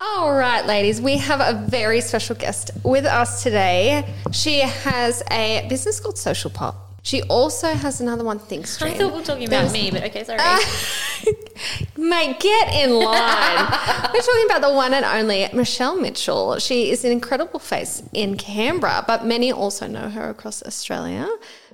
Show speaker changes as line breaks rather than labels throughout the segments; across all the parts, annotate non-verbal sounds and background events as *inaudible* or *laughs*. All right, ladies, we have a very special guest with us today. She has a business called Social Pop. She also has another one, ThinkStream.
I thought we were talking about me, but okay, sorry.
Ah. Mate, get in line. *laughs* We're talking about the one and only Michelle Mitchell. She is an incredible face in Canberra, but many also know her across Australia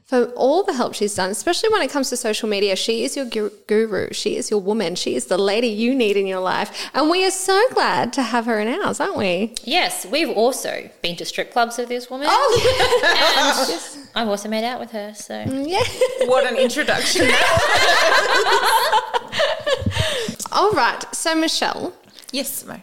for all the help she's done, especially when it comes to social media. She is your gu- guru, she is your woman, she is the lady you need in your life. And we are so glad to have her in ours, aren't we?
yes, we've also been to strip clubs with this woman.
Oh.
*laughs* And I've also made out with her, so
Yeah.
What an
*laughs*
introduction.
all right. So, Michelle,
*laughs* yes, Mo.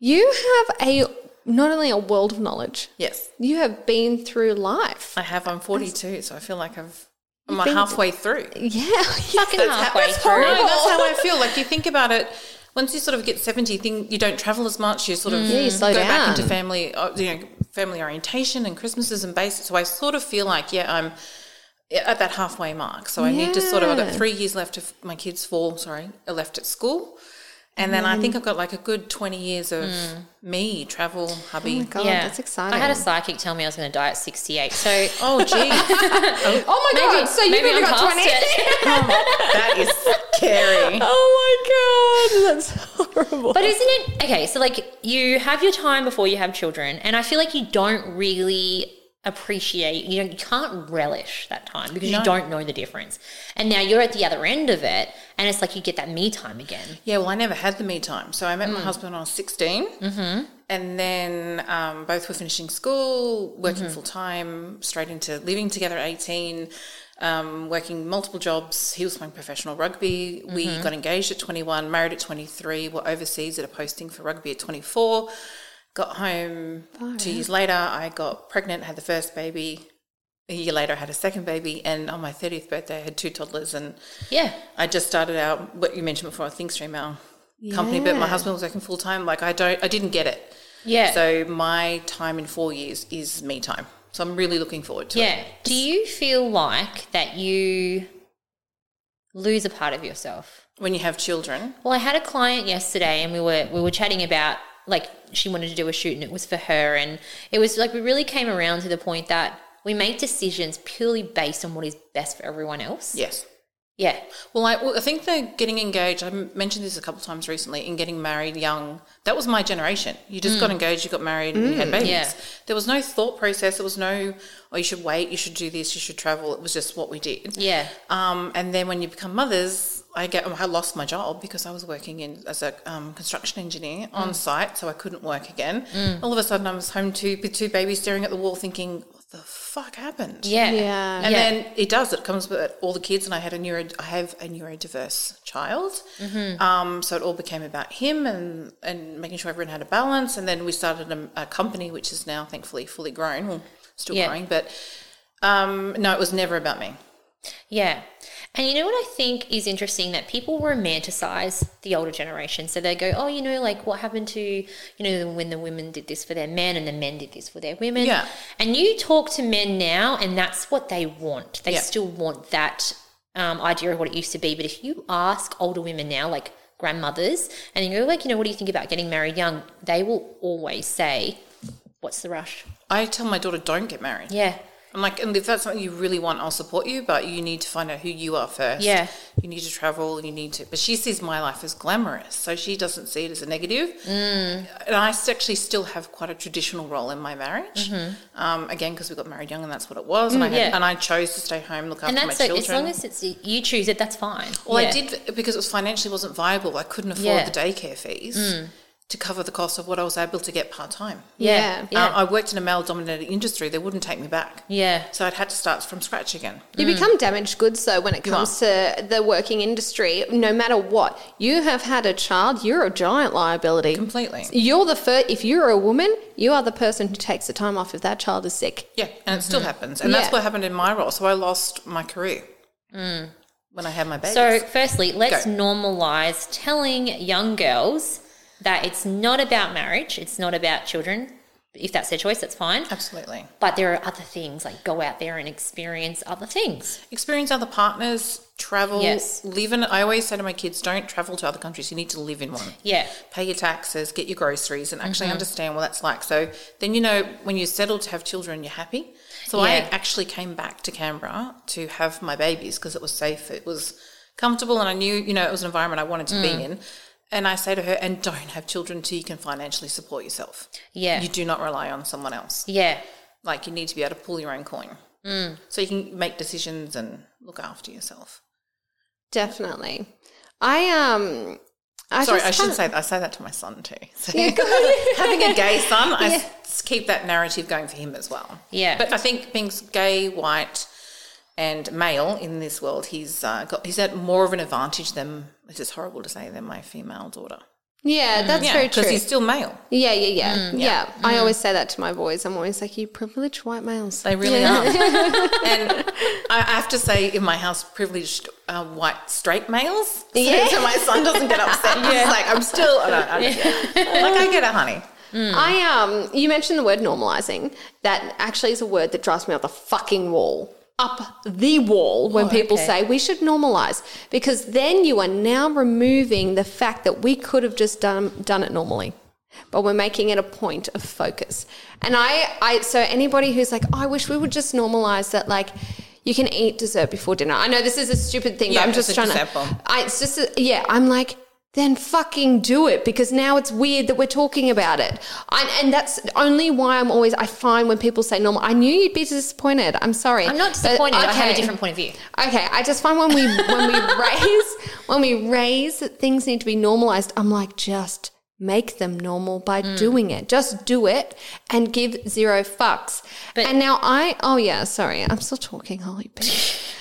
you have a not only a world of knowledge,
Yes.
you have been through life.
I have. I'm 42, so I feel like I've. I'm
been-
halfway *laughs* through.
*laughs* Yeah.
fucking halfway
that's
through.
horrible. That's how I feel. Like you think about it. Once you sort of get 70, you think you don't travel as much. Mm. You sort of
Yeah, you slow
go
down.
back into family, uh, you know, family orientation and Christmases and basics. So I sort of feel like, yeah, I'm at that halfway mark. So I need to sort of, I've got
Yeah.
three years left of my kids, four, sorry, are left at school. And then I think I've got like a good 20 years of me, travel, hubby.
God,
yeah,
oh, that's exciting.
I had a psychic tell me I was going to die at
*laughs*
sixty-eight, so
Oh, *laughs* gee.
oh my god! So you've
maybe
only
I'm
got
past
twenty.
it.
that is scary.
*laughs* Oh my god, that's horrible.
But isn't it okay? So like you have your time before you have children, and I feel like you don't really appreciate you know you can't relish that time because you
No.
don't know the difference. And now you're at the other end of it, and it's like you get that me time again.
Yeah, well, I never had the me time. So I met my husband when I was 16. Hmm. Mm-hmm. And then um, both were finishing school, working full time, straight into living together at 18, um, working multiple jobs. He was playing professional rugby. We got engaged at 21, married at 23, were overseas at a posting for rugby at 24. Got home two years later. I got pregnant, had the first baby. A year later, I had a second baby. And on my 30th birthday, I had two toddlers and
Yeah,
I just started out what you mentioned before, ThinkStream, our company, but
Yeah.
my husband was working full time. Like I don't, I didn't get it.
yeah.
So my time in four years is me time. So I'm really looking forward to it.
Yeah. Do you feel like that you lose a part of yourself?
When you have children,
Well, I had a client yesterday and we were we were chatting about like she wanted to do a shoot and it was for her and it was like we really came around to the point that we make decisions purely based on what is best for everyone else.
yes.
Yeah.
Well, I, well, I think the getting engaged. I m- mentioned this a couple of times recently. In getting married young, that was my generation. You just got engaged, you got married, and you had babies.
Mm. yeah.
There was no thought process. There was no, oh, you should wait, you should do this, you should travel. It was just what we did.
Yeah.
Um, and then when you become mothers, I get I lost my job because I was working in as a um, construction
Mm.
engineer on site, so I couldn't work again. All of a sudden, I was home to with two babies staring at the wall, thinking, "What the fuck happened?"
Yeah.
Yeah.
And
Yeah.
then it does. It comes with all the kids, and I had a neuro. I have a neurodiverse child,
Mm-hmm.
um, so it all became about him and and making sure everyone had a balance. And then we started a, a company, which is now thankfully fully grown, well, still
Yeah.
growing. But um, no, it was never about me.
Yeah. And you know what I think is interesting that people romanticize the older generation. So they go, oh, you know, like what happened to, you know, when the women did this for their men and the men did this for their women.
Yeah.
And you talk to men now, and that's what they want. They
Yeah.
still want that um, idea of what it used to be. But if you ask older women now, like grandmothers, and you go, like, you know, what do you think about getting married young? They will always say, what's the rush?
I tell my daughter, don't get married.
Yeah.
I'm like, and if that's something you really want, I'll support you, but you need to find out who you are first.
Yeah.
You need to travel, you need to. But she sees my life as glamorous, so she doesn't see it as a negative.
Mm.
And I s- actually still have quite a traditional role in my marriage. Um, again, because we got married young and that's what it was. And, I had,
Mm-hmm. Mm, yeah.
and I chose to stay home, look after
And
my
that's so,
children.
as long as it's you choose it, that's fine.
Well,
Yeah.
I did because it was financially wasn't viable. I couldn't afford
Yeah. Mm.
the daycare fees to cover the cost of what I was able to get part time.
Yeah.
Yeah. Yeah.
I worked in a male dominated industry, they wouldn't take me back.
yeah.
So I'd had to start from scratch again.
Mm.
You become damaged goods though when it comes to the working industry, no matter what. You have had a child, you're a giant liability.
Completely.
You're the first, if you're a woman, you are the person who takes the time off if that child is sick.
Yeah, and it
Mm-hmm.
still happens. And
Yeah.
that's what happened in my role. So I lost my career when I had my babies.
Mm. So, firstly, let's
Go.
normalize telling young girls that it's not about marriage, it's not about children, if that's their choice, that's fine.
Absolutely.
But there are other things like go out there and experience other things.
Experience other partners, travel,
Yes.
live in. I always say to my kids, don't travel to other countries. You need to live in one.
Yeah.
Pay your taxes, get your groceries, and actually understand what that's like. So then you know when you're settled to have children, you're happy. So I
Yeah.
actually came back to Canberra to have my babies because it was safe, it was comfortable, and I knew you know it was an environment I wanted to be in. And I say to her, and don't have children till you can financially support yourself.
Yeah.
You do not rely on someone else.
Yeah.
Like you need to be able to pull your own coin, mm. so you can make decisions and look after yourself.
Definitely. I um. I
Sorry,
just
I
*laughs*
should
can't-
say that. I say that to my son too. *laughs* So having a gay son,
*laughs*
I s- keep that narrative going for him as well.
Yeah.
But I think being s- gay, white, and male in this world, he's uh, got he's at more of an advantage than it's just horrible to say than my female daughter.
Yeah, that's very true.
because Mm, he's Mm, still male.
yeah, yeah, yeah, yeah. I always say that to my boys. I'm always like, you privileged white males.
They really
*laughs*
are. and I have to say, in my house, privileged uh, white straight males. So,
Yeah.
*laughs* so my son doesn't
*laughs*
get upset. He's like, I'm still, I don't, I don't get it. like, I get it, honey.
I um, you mentioned the word normalizing. That actually is a word that drives me up the fucking wall, up the wall when people
okay.
say we should normalize because then you are now removing the fact that we could have just done done it normally. But we're making it a point of focus. And I, I so anybody who's like, oh, I wish we would just normalize that, like, you can eat dessert before dinner. I know this is a stupid thing,
Yeah,
but I'm
it's
just
an
trying
example.
to. I, it's just, yeah, I'm like, then fucking do it because now it's weird that we're talking about it. I, and that's only why I'm always, I find when people say normal, I knew you'd be disappointed. I'm sorry.
Uh,
I'm not
But-
disappointed. I have a
okay.
different point of view.
Okay, I just find when we when
*laughs*
we raise when we raise that things need to be normalized, I'm like just make them normal by
Mm.
doing it. Just do it and give zero fucks.
But-
and now I oh yeah, sorry. I'm still talking, holy bitch.
*laughs*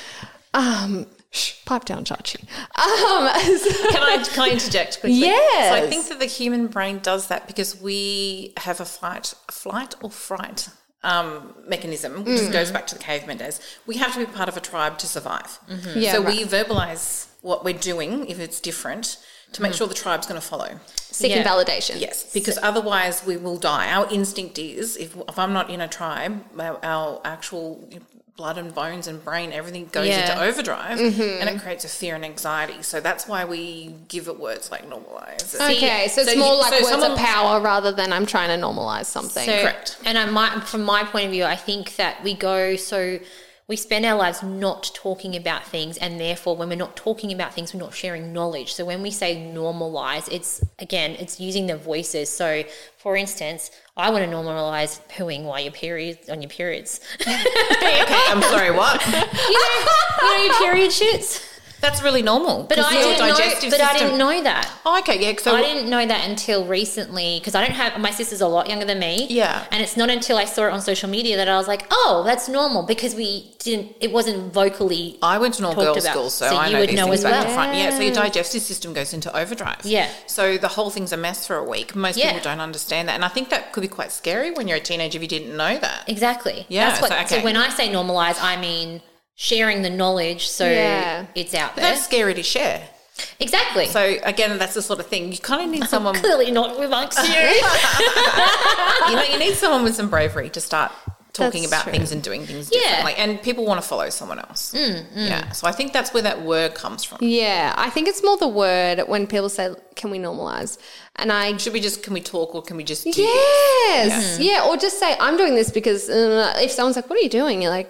um shh, pipe down, Chachi. Um *laughs*
Can I, can
*laughs*
I interject quickly?
Yes.
So I think that the human brain does that because we have a fight, flight or fright um, mechanism, which
Mm.
goes back to the caveman days. We have to be part of a tribe to survive.
Mm-hmm. Yeah,
so
right.
we verbalize what we're doing if it's different to
Mm.
make sure the tribe's going to follow.
seeking
Yeah.
validation.
Yes, because otherwise we will die. Our instinct is if, if I'm not in a tribe, our, our actual blood and bones and brain, everything goes
Yeah. Mm-hmm.
into overdrive and it creates a fear and anxiety. So that's why we give it words like normalize.
Okay, so it's
So
more
you-
like
so
words
someone-
of power rather than I'm trying to normalize something.
So,
Correct.
And I might, from my point of view, I think that we go so we spend our lives not talking about things, and therefore, when we're not talking about things, we're not sharing knowledge. So when we say normalize, it's again, it's using the voices. So, for instance, I want to normalize pooing while your period on your periods.
*laughs* Okay, I'm sorry, what?
*laughs* you know, you know your period shits.
That's really normal.
But I didn't know. But I didn't know that.
Oh, okay, yeah. So
I didn't know that until recently because I don't have my sister's a lot younger than me.
Yeah.
And it's not until I saw it on social media that I was like, oh, that's normal because we didn't, it wasn't vocally.
I went to an all
talked
girls
about.
school, so,
So
I
you
know
would
these
know
things
as
back to
well.
front. Yeah, so your digestive system goes into overdrive.
Yeah.
So the whole thing's a mess for a week. Most
Yeah.
people don't understand that. And I think that could be quite scary when you're a teenager if you didn't know that.
Exactly.
Yeah,
That's what,
so,
so,
okay.
when I say normalize, I mean sharing the knowledge so
Yeah.
it's out there.
That's scary to share.
exactly.
So um, again, that's the sort of thing. You kind of need
*laughs*
someone
Clearly not
*laughs*
amongst you.
you know, you need someone with some bravery to start talking
That's
about
true.
things and doing things
Yeah. Mm,
differently. And people want to follow someone else. Yeah. So I think that's where that word comes from.
Yeah, I think it's more the word when people say, "Can we normalize?" And I
Should we just can we talk or can we just do
yes, yeah. or just say, "I'm doing this because." Uh, if someone's like, "What are you doing?" You're like,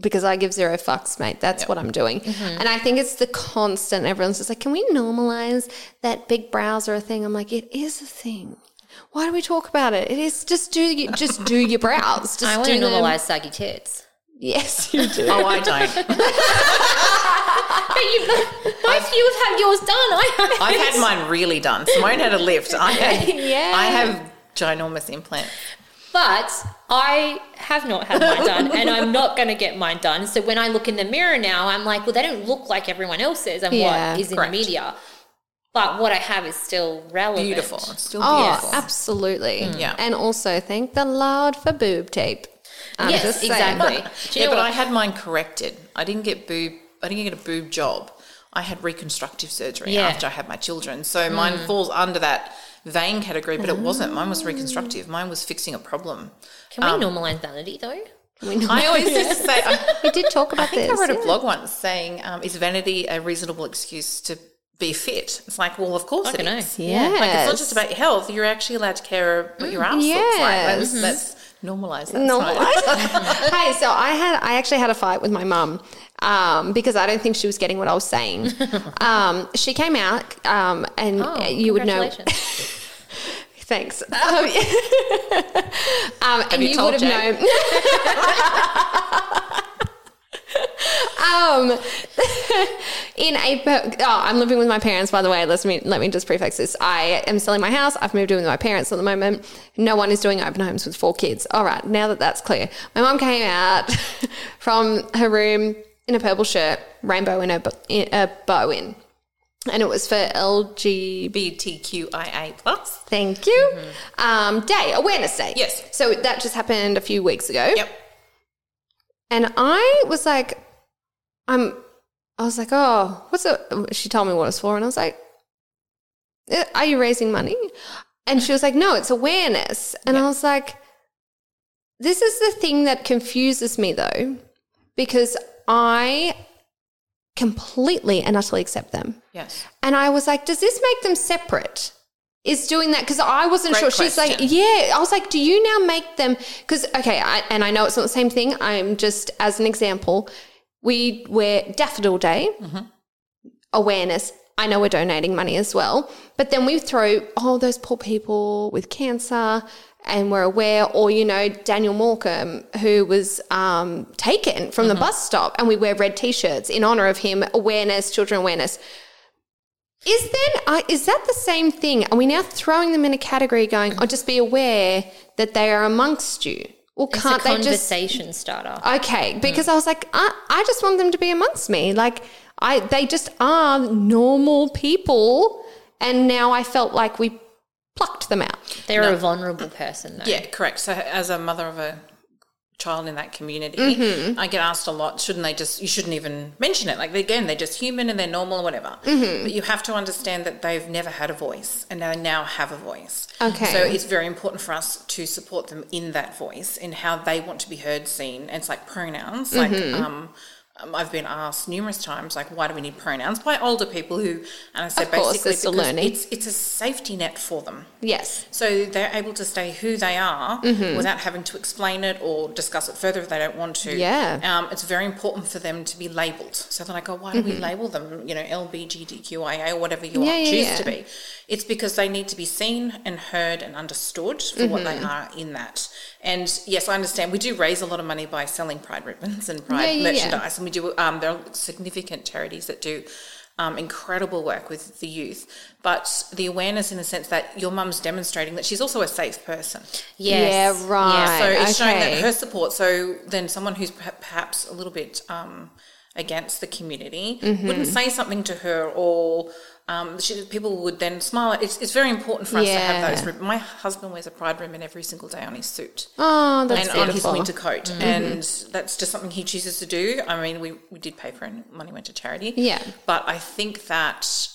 "Because I give zero fucks, mate. That's what I'm doing." And I think it's the constant. Everyone's just like, "Can we normalize that big brows are a thing?" I'm like, "It is a thing." Why do we talk about it? It is just do you just do your brows. Just
I want
do
to
them.
normalize saggy tits.
*laughs* Yes, you do.
Oh, I don't.
But you, *laughs* both you have had yours done. I haven't.
I've had mine really done. Simone had a lift.
*laughs*
I had,
Yeah.
I have ginormous implants.
But I have not had mine done, and
*laughs*
I'm not going to get mine done. So when I look in the mirror now, I'm like, well, they don't look like everyone else's, and
Yeah,
what is in
correct.
the media. But what I have is still relevant.
Beautiful. It's still
Oh,
beautiful.
absolutely.
Yeah.
And also thank the Lord for boob tape. I'm
yes,
just saying.
exactly. Do you
yeah,
know
but I
what?
had mine corrected. I didn't get boob. I didn't get a boob job. I had reconstructive surgery
Yeah. Mm.
after I had my children, so mine falls under that vein category, but it wasn't. Mine was reconstructive. Mine was fixing a problem. Um,
Can we normalize vanity though?
I
*laughs*
always used to say, I,
We did talk about
I think
this.
I wrote
yeah.
a blog once saying, um, "Is vanity a reasonable excuse to be fit?" It's like, well, of course it
Fucking
is.
oath.
Yes. Mm,
Like it's not just about your health. You're actually allowed to care what your ass looks like. Let's,
yes.
let's normalize that.
Normal.
It's
*laughs* hey, so I had I actually had a fight with my mum um, because I don't think she was getting what I was *laughs* saying. um, she came out, um, and
Oh,
you would know.
congratulations.
Thanks. Um, *laughs* um, and
you
you,
told
would have known. *laughs* um, *laughs* in a per- oh, I'm living with my parents. By the way, let me let me just prefix this. I am selling my house. I've moved in with my parents at the moment. No one is doing open homes with four kids. All right, now that that's clear, my mom came out *laughs* from her room in a purple shirt, rainbow in a, bo- in a bow in, and it was for LGB.
LGBTQIA plus.
Thank you. Um, day, awareness day.
Yes.
So that just happened a few weeks ago.
Yep.
And I was like, I'm, I was like, oh, what's it? She told me what it's for. And I was like, "Eh, are you raising money? And she was like, no, it's awareness. And I was like, this is the thing that confuses me though, because I completely and utterly accept them.
Yes.
And I was like, does this make them separate? Is doing that because I wasn't sure.
Great
She's like,
question.
yeah. I was like, do you now make them? Because okay, I, and I know it's not the same thing. I'm just as an example, we wear Daffodil Day awareness. I know we're donating money as well, but then we throw oh those poor people with cancer, and we're aware, or you know Daniel Morecambe who was um, taken from
Mm-hmm.
the bus stop, and we wear red T-shirts in honor of him. Awareness, children awareness. Is then uh, is that the same thing? Are we now throwing them in a category,
Mm-hmm.
going, "Oh, just be aware that they are amongst you"? Well,
It's
can't
a
they just
conversation starter.
Mm.
okay? Because I was like, I, I just want them to be amongst me. Like I, they just are normal people, and now I felt like we plucked them out.
They're a vulnerable person though.
Yeah, correct. So, as a mother of a child in that community,
Mm-hmm.
I get asked a lot, shouldn't they just, you shouldn't even mention it. Like, they- again, they're just human and they're normal and whatever.
Mm-hmm.
But you have to understand that they've never had a voice and they now have a voice.
Okay.
So, it's very important for us to support them in that voice in how they want to be heard, seen. And it's like pronouns, like,
Mm-hmm.
um, um, I've been asked numerous times, like, why do we need pronouns by older people who, and I said
Of course,
basically
it's a
because
learning.
it's it's a safety net for them.
Yes.
So they're able to say who they are
Mm-hmm.
without having to explain it or discuss it further if they don't want to.
Yeah.
Um, it's very important for them to be labelled. So they're like, oh, why do we label them? You know, LBGDQIA or whatever you
Mm-hmm. Yeah,
are,
yeah,
choose
yeah.
to be. It's because they need to be seen and heard and understood for what they
Mm-hmm.
are in that. And yes, I understand we do raise a lot of money by selling pride ribbons and pride
Yeah, yeah, yeah.
merchandise, and we do. Um, there are significant charities that do. Um, incredible work with the youth, but the awareness in the sense that your mum's demonstrating that she's also a safe person.
Yes.
Yeah. Right.
So it's showing that
okay.
her support. So then someone who's perha- perhaps a little bit um, against the community
Mm-hmm.
wouldn't say something to her or. Um, she, people would then smile. It's, it's very important for us to have those.
Yeah.
rib- My husband wears a pride ribbon every single day on his suit
Oh, that's
and on his
beautiful. Mm-hmm.
winter coat, and that's just something he chooses to do. I mean, we, we did pay for it, and money went to charity.
Yeah.
but I think that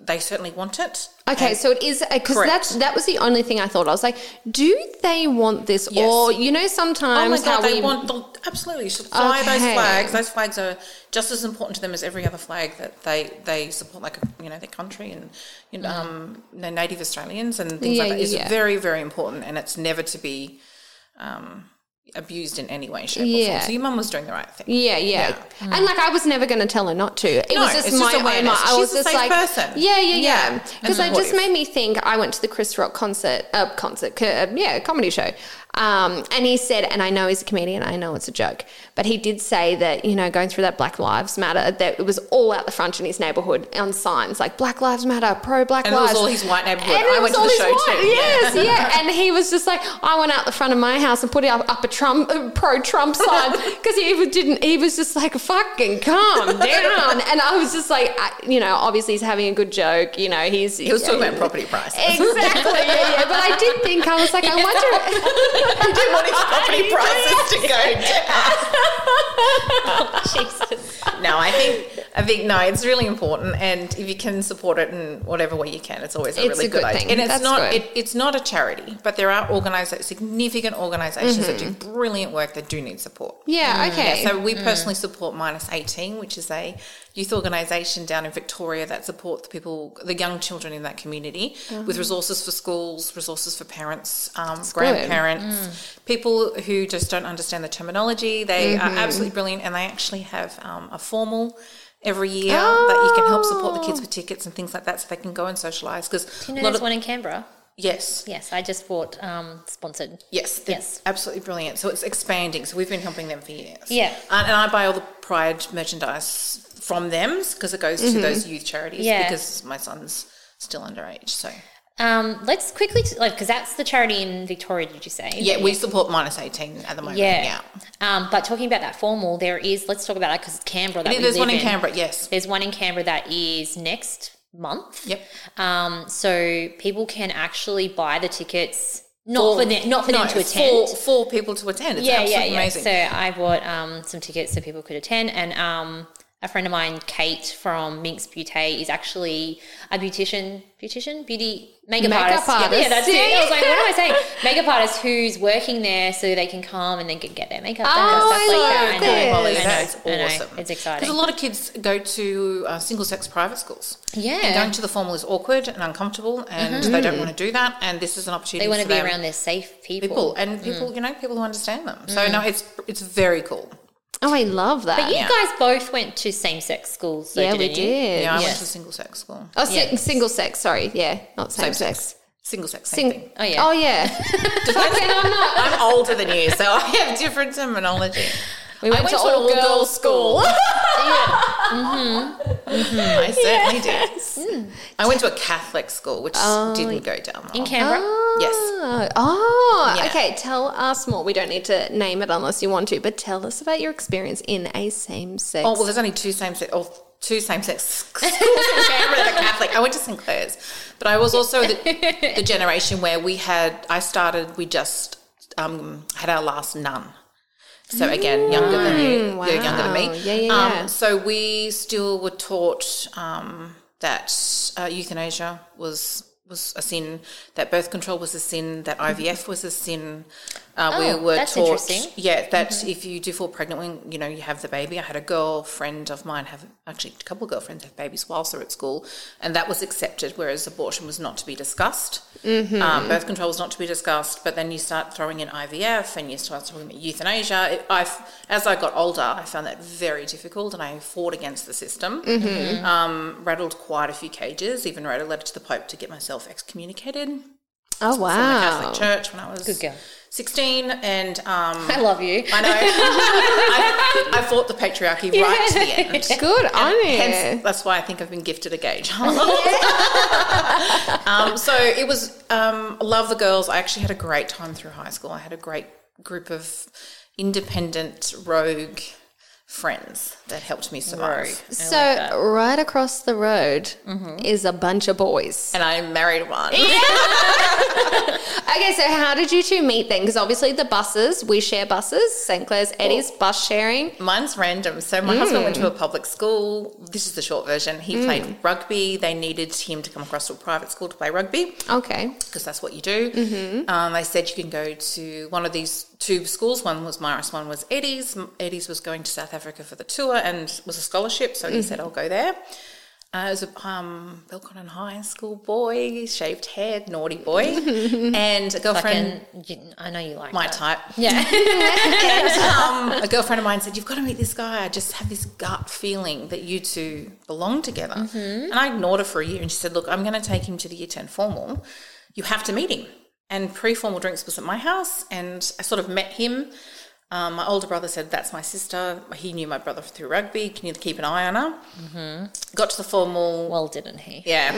they certainly want it.
Okay, so it is because
Correct.
that's that was the only thing I thought. I was like, do they want this,
Yes.
or you know,
Oh my
sometimes
god,
how
they
we
want the, absolutely should fly those
Okay.
flags. Those flags are just as important to them as every other flag that they they support, like you know their country and you know um, their native Australians and things
Yeah,
like that. It's
yeah.
very very important, and it's never to be. Um, abused in any way shape or
Yeah.
form so your mum was doing the right thing
Yeah, yeah. And like I was never going to tell her not to. It
No,
was just
it's
my
just
own.
awareness.
I
She's
was
a
just
safe
like,
person.
yeah, yeah, yeah.
Yeah,
Because
and
it just
supportive.
made me think. I went to the Chris Rock concert, uh, concert, co- uh, yeah, comedy show. Um, and he said, and I know he's a comedian. I know it's a joke, but he did say that you know going through that Black Lives Matter, that it was all out the front in his neighborhood on signs like Black Lives Matter, pro Black
and it
Lives.
was all his white neighborhood
And it
i
was
went to
all
the
his
show
white- *laughs*
too
Yes, yeah. And he was just like, I went out the front of my house and put up, up a Trump, pro Trump sign because he even didn't. He was just like, fucking calm down. And I was just like, I, you know, obviously he's having a good joke. You know, he's
He was talking about property prices.
*laughs* Exactly. Yeah, yeah. But I did think I was like, I wonder.
He didn't want his
*laughs*
property prices
*laughs*
to go down.
Jesus.
No, I think I think no, it's really important, and if you can support it in whatever way you can, it's always a
It's
really
a
good,
good
idea.
thing.
And it's
That's
not
good.
it, it's not a charity, but there are organisa- significant organisations that do
Mm-hmm.
brilliant work that do need support.
Yeah, okay.
So we
Mm.
personally support Minus 18, which is a youth organisation down in Victoria that supports people, the young children in that community,
Mm-hmm.
with resources for schools, resources for parents, um, grandparents,
Mm.
people who just don't understand the terminology. They are
Mm-hmm.
absolutely brilliant, and they actually have um, a formal every year that you can help support the kids with tickets and things like that, so they can go and socialise. Because
Oh. You know, there's one in Canberra.
yes,
Yes, I just bought um, sponsored.
Yes, they're
Yes.
absolutely brilliant. So it's expanding. So we've been helping them for years. Uh,
Yeah.
and, and I buy all the Pride merchandise from them because it goes to those youth charities.
Mm-hmm. Yeah.
because my son's still underage. So
Um, let's quickly t- like because that's the charity in Victoria. Did you say?
yeah, we support minus eighteen at the moment.
Yeah.
Yeah,
Um, but talking about that formal, there is. Let's talk about that because it's Canberra. That we
there's one
live
in Canberra. Yes.
There's one in Canberra that is next month.
Yep.
Um, so people can actually buy the tickets. Not for, them, not for
no,
them to attend.
For, for people to attend. It's absolutely amazing.
So I bought um, some tickets so people could attend, and um, a friend of mine, Kate from Minx Beauté, is actually a beautician, beautician, beauty makeup,
Makeup
artist. Yeah, Yeah,
artist.
that's it. I was like,
See? *laughs*
what am I saying? makeup artist who's working there, so they can come and then get, get their makeup done.
Oh,
and stuff
I
like
love
that. I know,
this.
I
Holly,
know,
that's
I know.
awesome.
It's exciting.
Because a lot of kids go to uh, single sex private schools.
Yeah. Mm-hmm.
And going to the formal is awkward and uncomfortable, and they don't want to do that. And this is an opportunity
they want
for
to be
them.
around their safe people.
people and people you know people who understand them so no it's it's very cool
Oh, I love that.
But you
Yeah.
guys both went to same-sex schools, so
yeah,
didn't
we
you?
did.
yeah i went
Yes.
to single sex school
Oh, si-
Yeah.
single sex. Sorry, yeah, not same,
sex.
sex.
single sex same
Sing-
thing.
Oh, yeah.
Oh yeah. Fucking, I'm not.
i'm older than you so i have different terminology
We went,
I
to all girls school.
i certainly did i went to a catholic school which didn't go down well.
In Canberra.
yes
Oh, oh,
Yeah.
okay. Tell us more. We don't need to name it unless you want to, but tell us about your experience in a same sex.
oh well there's only two same sex oh, two same sex *laughs* schools in Canberra that are catholic i went to st clair's but i was also the, the generation where we had i started we just um, had our last nun So again, younger than you, you're younger than
wow.
me.
Yeah, yeah,
um,
yeah.
So we still were taught um, that uh, euthanasia was was a sin, that birth control was a sin, that IVF was a sin. Uh,
Mm-hmm. Oh,
we were
that's
taught,
interesting. Mm-hmm.
yeah, that if you do fall pregnant when you know you have the baby. I had a girlfriend of mine have actually a couple of girlfriends have babies whilst they're at school, and that was accepted, whereas abortion was not to be discussed.
Hmm.
Um, birth control was not to be discussed, but then you start throwing in IVF and you start talking about euthanasia. It, I, as I got older, I found that very difficult, and I fought against the system.
Mm-hmm.
Um, rattled quite a few cages, even wrote a letter to the Pope to get myself excommunicated from
oh
the
wow.
Catholic Church when I was
Good girl.
sixteen, and
Oh.
um,
I love you.
I know. *laughs* I, I fought the patriarchy right
*laughs*
to the end.
Good on you.
Hence, that's why I think I've been gifted a gauge. *laughs* um, so it was. Um, love the girls. I actually had a great time through high school. I had a great group of independent rogue friends that helped me survive.
so right across the road is a bunch of boys.
And I married one.
Okay, so how did you two meet then? Because obviously the buses, we share buses, St. Clair's, Eddie's, bus sharing.
Mine's random. So my husband went to a public school. This is the short version. He played rugby. They needed him to come across to a private school to play rugby.
Okay.
because that's what you do.
Mm-hmm.
Um, they said you can go to one of these two schools. One was Maris, one was Eddie's. M- Eddie's was going to South Africa for the tour and was a scholarship, so he
Mm-hmm.
said, I'll go there. Uh, it was a um, Belconnen High School boy, shaved head, naughty
*laughs*
boy, and a girlfriend.
Fucking, you- I know you like
my
that.
type.
Yeah.
And um, *laughs* a girlfriend of mine said, You've got to meet this guy. I just have this gut feeling that you two belong together. And I ignored her for a year and she said, Look, I'm going to take him to the year 10 formal. You have to meet him. And pre formal drinks was at my house. And I sort of met him. Um, my older brother said, That's my sister. He knew my brother through rugby. Can you keep an eye on her? Got to the formal.
Well, didn't he?
Yeah.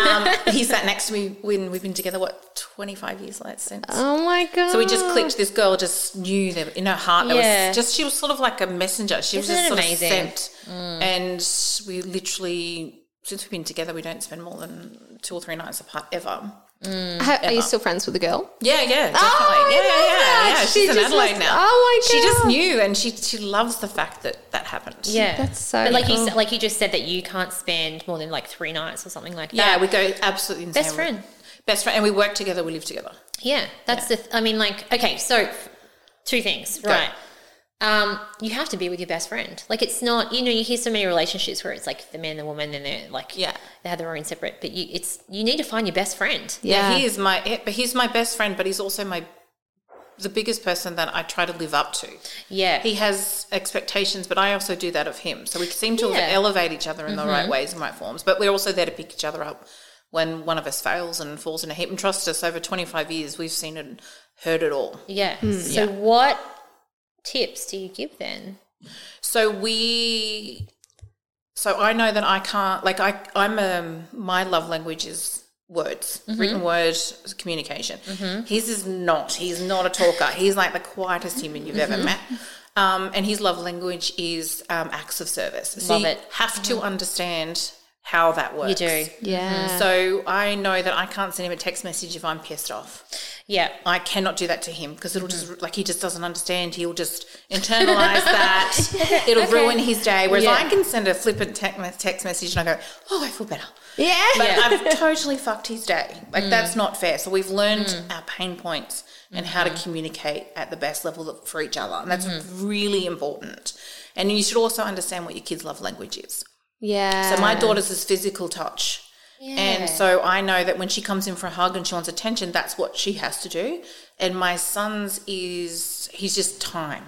um, he sat next to me when we've been together, what, 25 years later since?
Oh my god.
So we just clicked. This girl just knew that in her heart, there
Ah. Yeah.
was just she was sort of like a messenger.
Isn't
She was just
it
sort
amazing? Mm.
of sent, and we literally since we've been together, we don't spend more than two or three nights apart ever.
Ha- are you still friends with the girl?
Yeah, yeah,
Oh
definitely.
I love
yeah, yeah,
that.
yeah, yeah.
She
She's in
just
Adelaide
must-
now.
oh my
She just
God.
knew, and she she loves the fact that that happened.
Yeah,
That's so
But like you
cool.
said, like you just said that you can't spend more than like three nights or something like
yeah,
that.
we go absolutely insane.
Best
with-
friend.
best friend, and we work together. We live together.
Yeah, that's the. Th- I mean, like, okay, so two things, right? Um, you have to be with your best friend. Like, it's not. You know, you hear so many relationships where it's like the man, the woman, and they're like,
Yeah.
they have their own separate. But you, it's you need to find your best friend.
Yeah, he is my, eh, but he's my best friend, but he's also my the biggest person that I try to live up to.
Yeah,
He has expectations, but I also do that of him. So we seem to
Yeah. Mm-hmm.
elevate each other in the right ways and right forms. But we're also there to pick each other up when one of us fails and falls in a heap. And trust us, over twenty five years, we've seen and heard it all.
yeah. So, what tips do you give then?
So we, so I know that I can't, like I, I'm um my love language is words,
Mm-hmm.
written word communication. His is not, he's not a talker. He's like the quietest human you've
Mm-hmm.
ever met. Um, and his love language is um, acts of service. So
Love
you
it. Mm-hmm.
have to understand how that works.
You do.
Yeah.
So I know that I can't send him a text message if I'm pissed off.
Yeah.
I cannot do that to him because it'll just like he just doesn't understand. He'll just internalize that. It'll ruin his day. Whereas
Yeah.
I can send a flippant tec- text message and I go, "Oh, I feel better,"
yeah.
but I've totally fucked his day. Like that's not fair. So we've learned our pain points and how to communicate at the best level of- for each other, and that's really important. And you should also understand what your kids' love language is.
yeah.
So my daughter's is physical touch.
Yeah.
And so I know that when she comes in for a hug and she wants attention, that's what she has to do. And my son's is he's just time.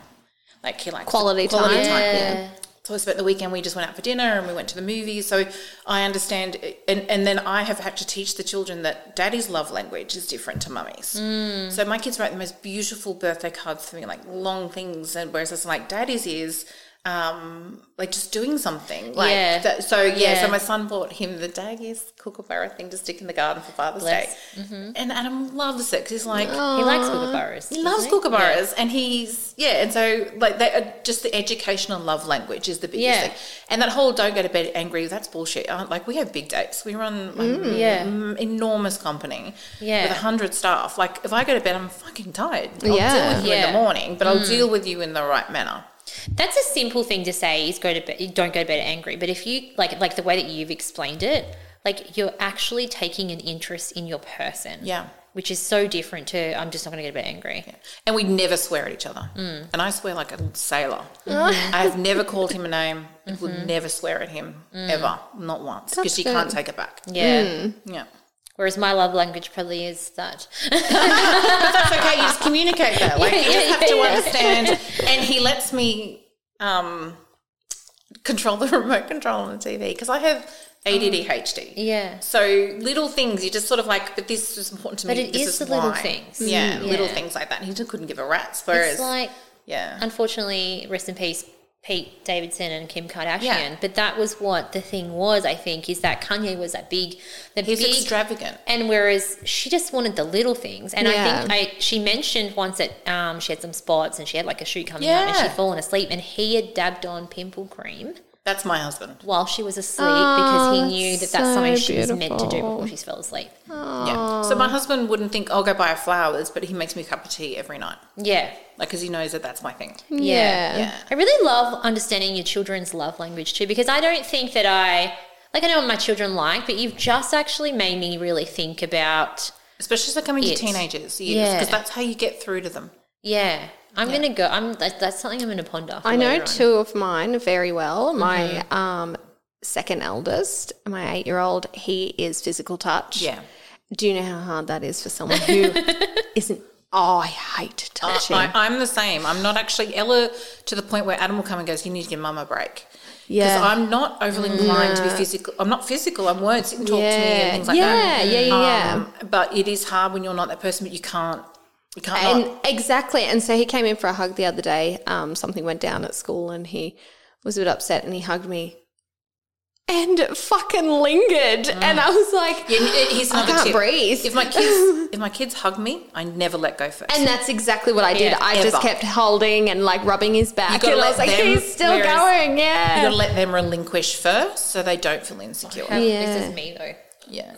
Like he likes
Quality time. Yeah.
So I spent the weekend we just went out for dinner and we went to the movies. So I understand and, and then I have had to teach the children that daddy's love language is different to mummy's.
Mm.
So my kids wrote the most beautiful birthday cards for me, like long things and whereas it's like daddy's is um like just doing something. Like
Yeah.
that, so yeah,
Yeah.
so my son bought him the daggies kookaburra thing to stick in the garden for Father's
Bless. Mm-hmm. Oh,
Day, and Adam loves it because he's like
He likes kookaburras.
he loves kookaburras, and he's yeah, and so like they are just the educational love language is the biggest
Yeah.
thing, and that whole don't go to bed angry that's bullshit. Uh, Like we have big dates, we run an
Yeah.
enormous company
Yeah.
with a hundred staff. Like if I go to bed, I'm fucking tired. I'll
Yeah.
deal with you in
Yeah.
the morning, but I'll deal with you in the right manner.
That's a simple thing to say is go to bed, don't go to bed angry. But if you like, like the way that you've explained it, like you're actually taking an interest in your person.
Yeah.
Which is so different to I'm just not going to go to bed angry.
And we never swear at each other. And I swear like a sailor. I have never called him a name. Would never swear at him ever, not once, because
That's
she
good.
can't take it back.
Yeah.
Yeah.
Whereas my love language probably is that.
that's okay. You just communicate that. Like you just
yeah,
have to
yeah.
understand. And he lets me um, control the remote control on the TV because I have ADDHD.
yeah.
So little things, you just sort of like, but this is important to
But
me.
it
this
is the little
why.
things.
Yeah,
Mm,
little
yeah.
things like that. And he just couldn't give a rat's.
It's
Whereas,
like,
yeah,
unfortunately, rest in peace, Pete Davidson and Kim Kardashian.
Yeah.
But that was what the thing was, I think, is that Kanye was that big, the
he's
big
extravagant.
And whereas she just wanted the little things, and
Yeah.
I think I she mentioned once that um, she had some spots and she had like a shoot coming up and
Yeah.
she'd fallen asleep, and he had dabbed on pimple cream
That's my husband.
while she was asleep
Oh,
because he knew that
that's
that's
so
something she was meant to do
beautiful.
before she fell asleep.
Yeah. So my husband wouldn't think I'll go buy her flowers, but he makes me a cup of tea every night,
Yeah,
like because he knows that that's my thing.
yeah.
Yeah.
I really love understanding your children's love language too, because I don't think that I like I know what my children like, but you've just actually made me really think about
Especially as they come into
It.
teenagers,
Yeah.
because that's how you get through to them.
yeah. I'm gonna go. I'm that, that's something I'm gonna ponder. for
I know
later on.
two of mine very well. My
Mm-hmm.
um, second eldest, my eight year old, he is physical touch.
Yeah.
Do you know how hard that is for someone
*laughs*
who isn't? Oh, I hate touching.
I, I'm the same. I'm not actually Ella to the point where Adam will come and goes, "You need to give Mum a break." Because
yeah. Mm.
I'm not overly inclined to be physical. I'm not physical. I'm words. Sit and talk to me
Yeah.
and things like that.
Yeah, yeah, yeah,
Um, but it is hard when you're not that person. But you can't. You can't.
and
not.
exactly. And so he came in for a hug the other day. Um, something went down at school, and he was a bit upset, and he hugged me, and it fucking lingered. And
Mm.
I was like,
Yeah, and here's
I
another
can't
tip.
breathe.
If
*laughs*
my kids, if my kids hug me, I never let go first.
And that's exactly what I did.
Yeah,
I just
ever.
kept holding and like rubbing his back,
gotta
and I
let
was like,
them-
he's still
whereas-
going.
you
Yeah.
got to let them relinquish first, so they don't feel insecure.
Have-
Yeah.
This is me though.
Yeah.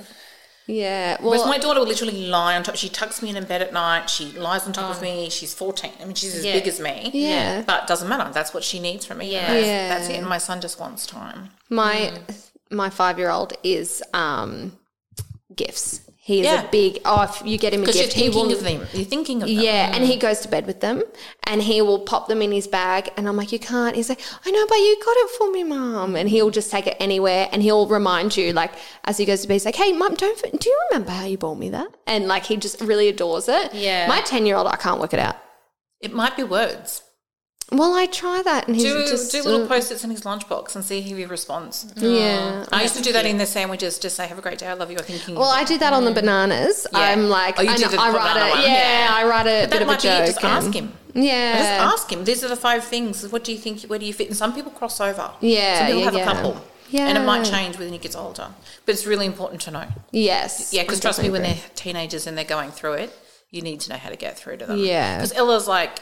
Yeah.
Whereas
Well,
my daughter will literally lie on top. She tucks me in in bed at night. She lies on top of me. She's 14. I mean, she's as
Yeah.
big as me.
Oh. Yeah.
But doesn't matter. That's what she needs from me.
Yeah.
And That's,
Yeah.
that's it. And my son just wants time.
my
Mm.
my five year old is um, gifts. He is
Yeah.
a big. Oh, if you get him a
Because you're
gift, he
thinking
will
of them. You're thinking of them.
Yeah, and
Oh.
he goes to bed with them and he will pop them in his bag and I'm like, You can't. He's like, I know, but you got it for me, Mum. And he'll just take it anywhere and he'll remind you, like, as he goes to bed, he's like, Hey Mum, don't for- do you remember how you bought me that? And like he just really adores it.
Yeah.
My ten year old, I can't work it out.
It might be words.
Well, I try that and he's
Do,
just
do little
uh,
post-its in his lunchbox and see how he responds.
Yeah.
I used to do that in the sandwiches. Just say, have a great day. I love you. I'm thinking. of
Well,
you."
I do that on the bananas.
Yeah.
I'm like,
Oh, you
I,
do
know-
the
I write
banana
a,
one.
yeah,
Yeah.
I write a
But
bit
that
of a
might be
joke.
it. Just ask
and-
him.
Yeah,
Just ask him. These are the five things. What do you think? Where do you fit? And some people cross over.
Yeah,
Some people
yeah,
have
yeah.
a couple. And it might
Yeah.
change when he gets older. But it's really important to know.
Yes,
Yeah, because
I
trust me, when
definitely
they're teenagers and they're going through it, you need to know how to get through to them.
Yeah.
Because Ella's like,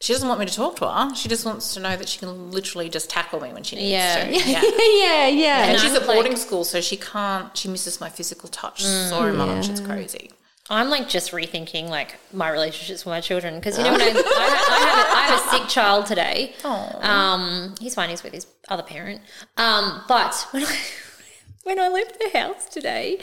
she doesn't want me to talk to her. She just wants to know that she can literally just tackle me when she needs
*laughs*
Yeah.
to. Yeah.
agree. yeah, yeah.
And
And
she's
I'm
at boarding
like-
school, so she can't, she misses my physical touch
Mm,
so much. It's crazy. *laughs*
I'm like just rethinking like my relationships with my children because you know when I, I, I, have a, I have a sick child today. Um, he's fine. He's with his other parent. Um, but when I *laughs* when I left the house today,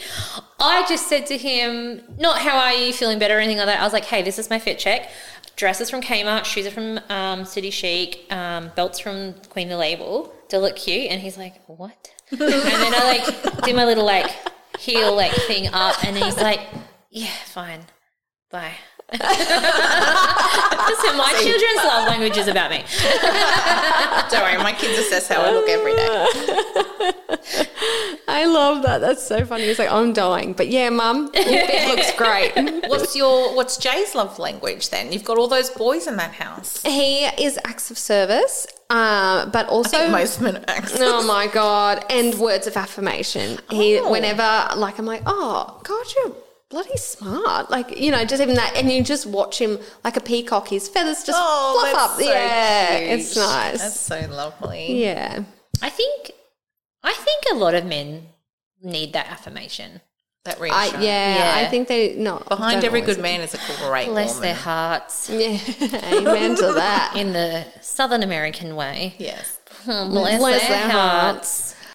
I just said to him, "Not how are you feeling better or anything like that." I was like, "Hey, this is my fit check." Dresses from Kmart, shoes are from um, City Chic, um, belts from Queen the Label to look cute. And he's like, "What?" and then I like did my little like heel like thing up, and he's like, "Yeah, fine, bye." so my children's love language is about me.
Don't worry, my kids assess how I look every
*laughs*
day.
I love that. That's so funny. He's like, I'm dying. But yeah, mum, your bed looks great.
What's your, what's Jay's love language then? You've got all those boys in that house.
*laughs* He is acts of service, um, but also.
*laughs* Most men are
*laughs* Oh my god! And words of affirmation. He,
Oh.
whenever, like, I'm like, oh god, you're bloody smart. Like, you know, just even that, and you just watch him like a peacock. His feathers just
*laughs* Oh,
flop up.
that's so
yeah,
cute.
it's nice.
That's so lovely.
yeah,
I think I think a lot of men need that affirmation.
That
I,
reassurance.
yeah, I
Yeah.
think they not
Behind
don't
every
always-
good man is a great
Bless
woman.
their hearts
Yeah, *laughs* amen to that.
*laughs*
in the Southern American way.
Yes.
Bless,
Bless
their,
their
hearts.